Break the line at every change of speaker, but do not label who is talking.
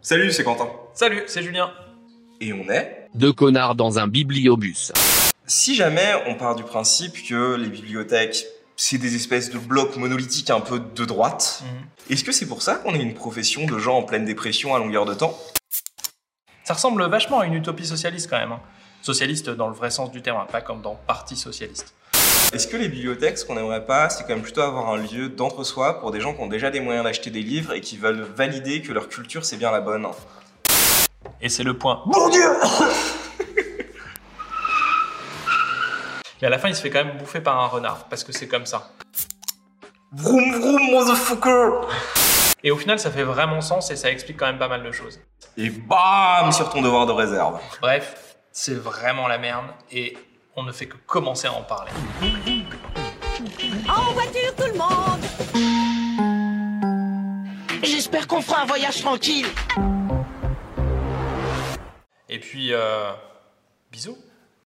Salut, c'est Quentin.
Salut, c'est Julien.
Et on est
Deux connards dans un bibliobus.
Si jamais on part du principe que les bibliothèques, c'est des espèces de blocs monolithiques un peu de droite, est-ce que c'est pour ça qu'on est une profession de gens en pleine dépression à longueur de temps
Ça ressemble vachement à une utopie socialiste quand même. hein. Socialiste dans le vrai sens du terme, hein, pas comme dans Parti socialiste.
Est-ce que les bibliothèques, ce qu'on n'aimerait pas, c'est quand même plutôt avoir un lieu d'entre-soi pour des gens qui ont déjà des moyens d'acheter des livres et qui veulent valider que leur culture c'est bien la bonne
Et c'est le point.
Mon dieu
Mais à la fin, il se fait quand même bouffer par un renard, parce que c'est comme ça.
Vroom vroom, motherfucker
Et au final, ça fait vraiment sens et ça explique quand même pas mal de choses.
Et bam sur ton devoir de réserve.
Bref, c'est vraiment la merde et on ne fait que commencer à en parler.
En voiture tout le monde
J'espère qu'on fera un voyage tranquille.
Et puis, euh, bisous.